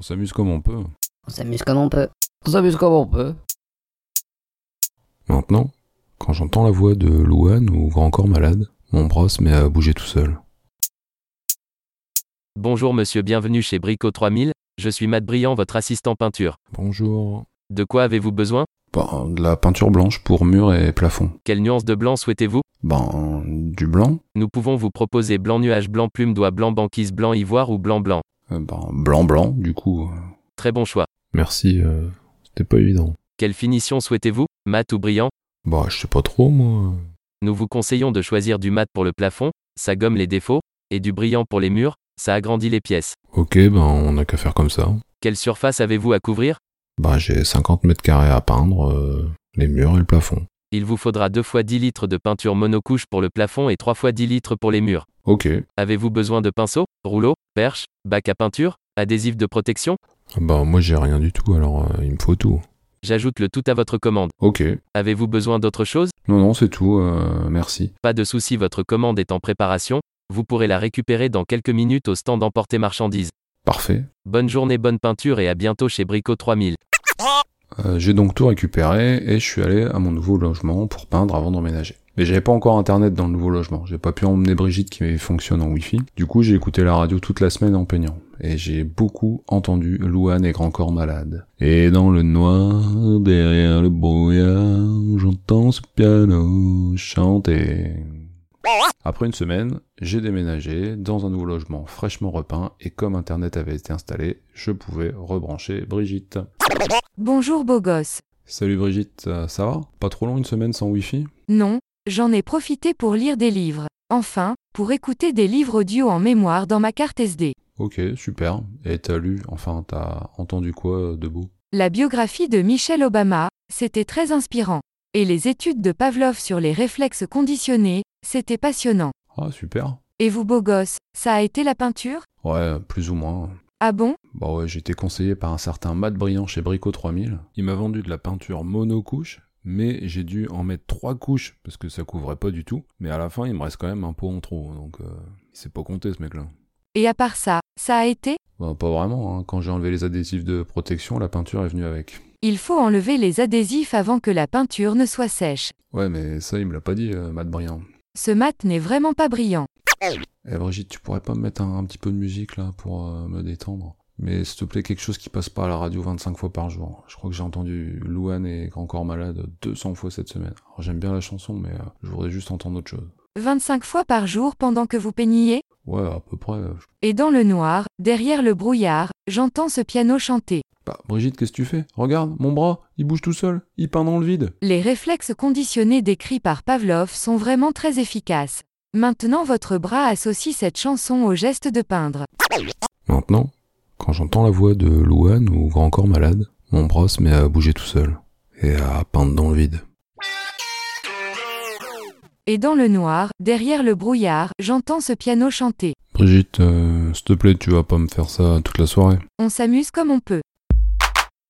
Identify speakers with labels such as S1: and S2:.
S1: s'amuse comme on peut.
S2: On s'amuse comme on peut. On s'amuse comme on peut.
S1: Maintenant, quand j'entends la voix de Louane ou Grand Corps Malade, mon bras se met à bouger tout seul.
S3: Bonjour monsieur, bienvenue chez Brico 3000, je suis Matt Briand, votre assistant peinture.
S1: Bonjour.
S3: De quoi avez-vous besoin
S1: Ben, de la peinture blanche pour mur et plafond.
S3: Quelle nuance de blanc souhaitez-vous
S1: Ben, du blanc
S3: Nous pouvons vous proposer blanc nuage, blanc plume, doigt blanc banquise, blanc ivoire ou blanc blanc.
S1: Euh, Ben, blanc blanc, du coup.
S3: Très bon choix.
S4: Merci, euh, c'était pas évident.
S3: Quelle finition souhaitez-vous Mat ou brillant
S4: Bah, je sais pas trop, moi.
S3: Nous vous conseillons de choisir du mat pour le plafond, ça gomme les défauts, et du brillant pour les murs, ça agrandit les pièces.
S4: Ok, ben, on a qu'à faire comme ça.
S3: Quelle surface avez-vous à couvrir
S4: Bah, j'ai 50 mètres carrés à peindre, euh, les murs et le plafond.
S3: Il vous faudra 2 fois 10 litres de peinture monocouche pour le plafond et 3 fois 10 litres pour les murs.
S1: Ok.
S3: Avez-vous besoin de pinceaux, rouleaux, perches, bac à peinture, adhésif de protection
S4: Ah Bah, moi, j'ai rien du tout, alors euh, il me faut tout.
S3: J'ajoute le tout à votre commande.
S1: Ok.
S3: Avez-vous besoin d'autre chose
S1: Non, non, c'est tout, euh, merci.
S3: Pas de souci, votre commande est en préparation, vous pourrez la récupérer dans quelques minutes au stand emporté marchandises.
S1: Parfait.
S3: Bonne journée, bonne peinture et à bientôt chez Brico 3000.
S1: Euh, j'ai donc tout récupéré et je suis allé à mon nouveau logement pour peindre avant d'emménager. Mais j'avais pas encore internet dans le nouveau logement, j'ai pas pu emmener Brigitte qui fonctionne en wifi. Du coup, j'ai écouté la radio toute la semaine en peignant. Et j'ai beaucoup entendu Louane et Grand Corps Malade. Et dans le noir, derrière le brouillard, j'entends ce piano chanter. Après une semaine, j'ai déménagé dans un nouveau logement fraîchement repeint et comme internet avait été installé, je pouvais rebrancher Brigitte.
S5: Bonjour beau gosse.
S1: Salut Brigitte, euh, ça va Pas trop long une semaine sans Wi-Fi
S5: Non, j'en ai profité pour lire des livres. Enfin, pour écouter des livres audio en mémoire dans ma carte SD.
S1: Ok, super. Et t'as lu, enfin t'as entendu quoi euh, de beau
S5: La biographie de Michelle Obama, c'était très inspirant. Et les études de Pavlov sur les réflexes conditionnés, c'était passionnant.
S1: Ah super.
S5: Et vous beau gosse, ça a été la peinture
S1: Ouais, plus ou moins.
S5: Ah bon
S1: Bah ouais, j'ai été conseillé par un certain Matt Briand chez Brico 3000. Il m'a vendu de la peinture monocouche, mais j'ai dû en mettre trois couches parce que ça couvrait pas du tout. Mais à la fin, il me reste quand même un pot en trop, donc euh, il s'est pas compté ce mec-là.
S5: Et à part ça, ça a été
S1: Bah pas vraiment, hein. quand j'ai enlevé les adhésifs de protection, la peinture est venue avec.
S5: Il faut enlever les adhésifs avant que la peinture ne soit sèche.
S1: Ouais, mais ça il me l'a pas dit, euh, Matt Briand.
S5: Ce mat n'est vraiment pas brillant.
S1: Eh Brigitte, tu pourrais pas me mettre un, un petit peu de musique là pour euh, me détendre Mais s'il te plaît, quelque chose qui passe pas à la radio 25 fois par jour. Je crois que j'ai entendu Louane et Grand Corps Malade 200 fois cette semaine. Alors j'aime bien la chanson, mais euh, je voudrais juste entendre autre chose.
S5: 25 fois par jour pendant que vous peigniez
S1: Ouais, à peu près. euh, je-
S5: Et dans le noir, derrière le brouillard, j'entends ce piano chanter.
S1: Bah, Brigitte, qu'est-ce que tu fais Regarde, mon bras, il bouge tout seul, il peint dans le vide.
S5: Les réflexes conditionnés décrits par Pavlov sont vraiment très efficaces. Maintenant votre bras associe cette chanson au geste de peindre.
S4: Maintenant, quand j'entends la voix de Louane ou Grand Corps Malade, mon bras se met à bouger tout seul. Et à peindre dans le vide.
S5: Et dans le noir, derrière le brouillard, j'entends ce piano chanter.
S4: Brigitte, euh, s'il te plaît, tu vas pas me faire ça toute la soirée.
S5: On s'amuse comme on peut.